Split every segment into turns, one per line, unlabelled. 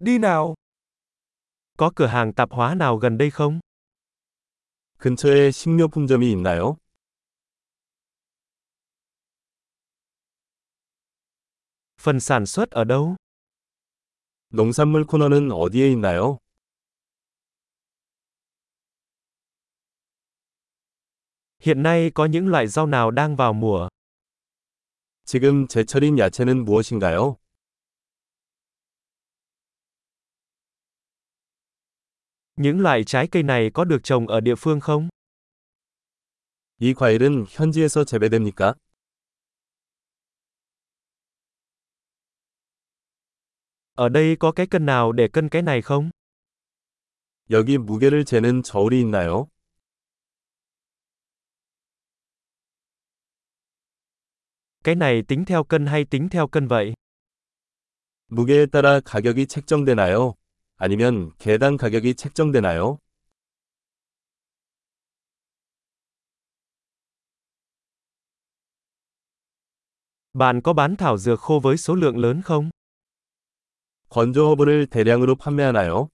đi nào.
Có cửa hàng tạp hóa nào gần đây không?
근처에 식료품점이 있나요?
Phần sản xuất ở đâu?
농산물 코너는 어디에 있나요?
Hiện nay có những loại rau nào đang vào mùa?
지금 제철인 야채는 무엇인가요?
Những loại trái cây này có được trồng ở địa phương không?
이 과일은 현지에서 재배됩니까?
Ở đây có cái cân nào để cân cái này không?
여기 무게를 재는 저울이 있나요?
Cái này tính theo cân hay tính theo cân vậy?
무게에 따라 가격이 책정되나요? 아니면 개당 가격이 책정되나요?
Bạn có bán thảo dược khô với số lượng lớn không?
건조 허브를 대량으로 판매하나요?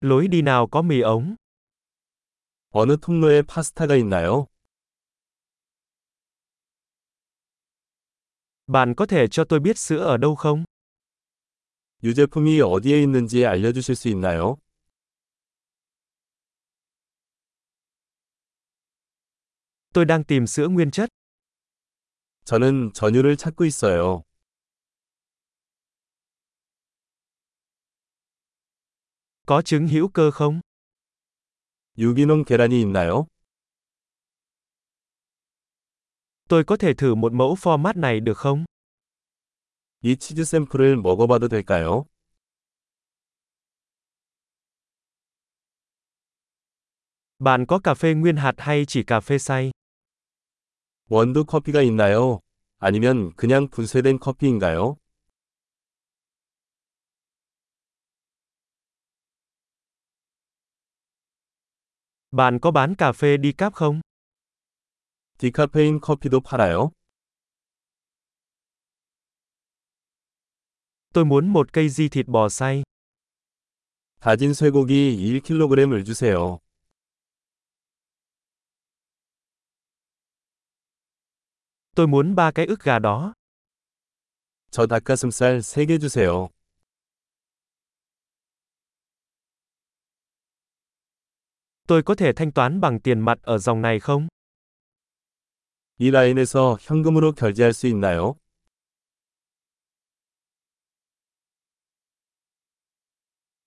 Lối đi nào có mì ống?
어느 통로에 파스타가 있나요?
Bạn có thể cho tôi biết sữa ở đâu không?
유제품이 어디에 있는지 알려주실 수 있나요?
Tôi đang tìm sữa nguyên chất.
저는 전유를 찾고 있어요.
Có trứng hữu cơ không?
유기농 계란이 있나요?
Tôi có thể thử một mẫu format này được không?
이 치즈 샘플을 먹어봐도 될까요?
Bạn có cà phê nguyên hạt hay chỉ cà phê xay?
원두 커피가 있나요? 아니면 그냥 분쇄된 커피인가요?
Bạn có bán cà phê đi cáp không?
디카페인 커피도 팔아요?
Tôi muốn một cây di thịt bò xay.
다진 쇠고기 1kg을 주세요.
Tôi muốn ba cái ức gà đó.
저 닭가슴살 3개 주세요.
Tôi có thể thanh toán bằng tiền mặt ở dòng này không?
이 라인에서 현금으로 결제할 수 있나요?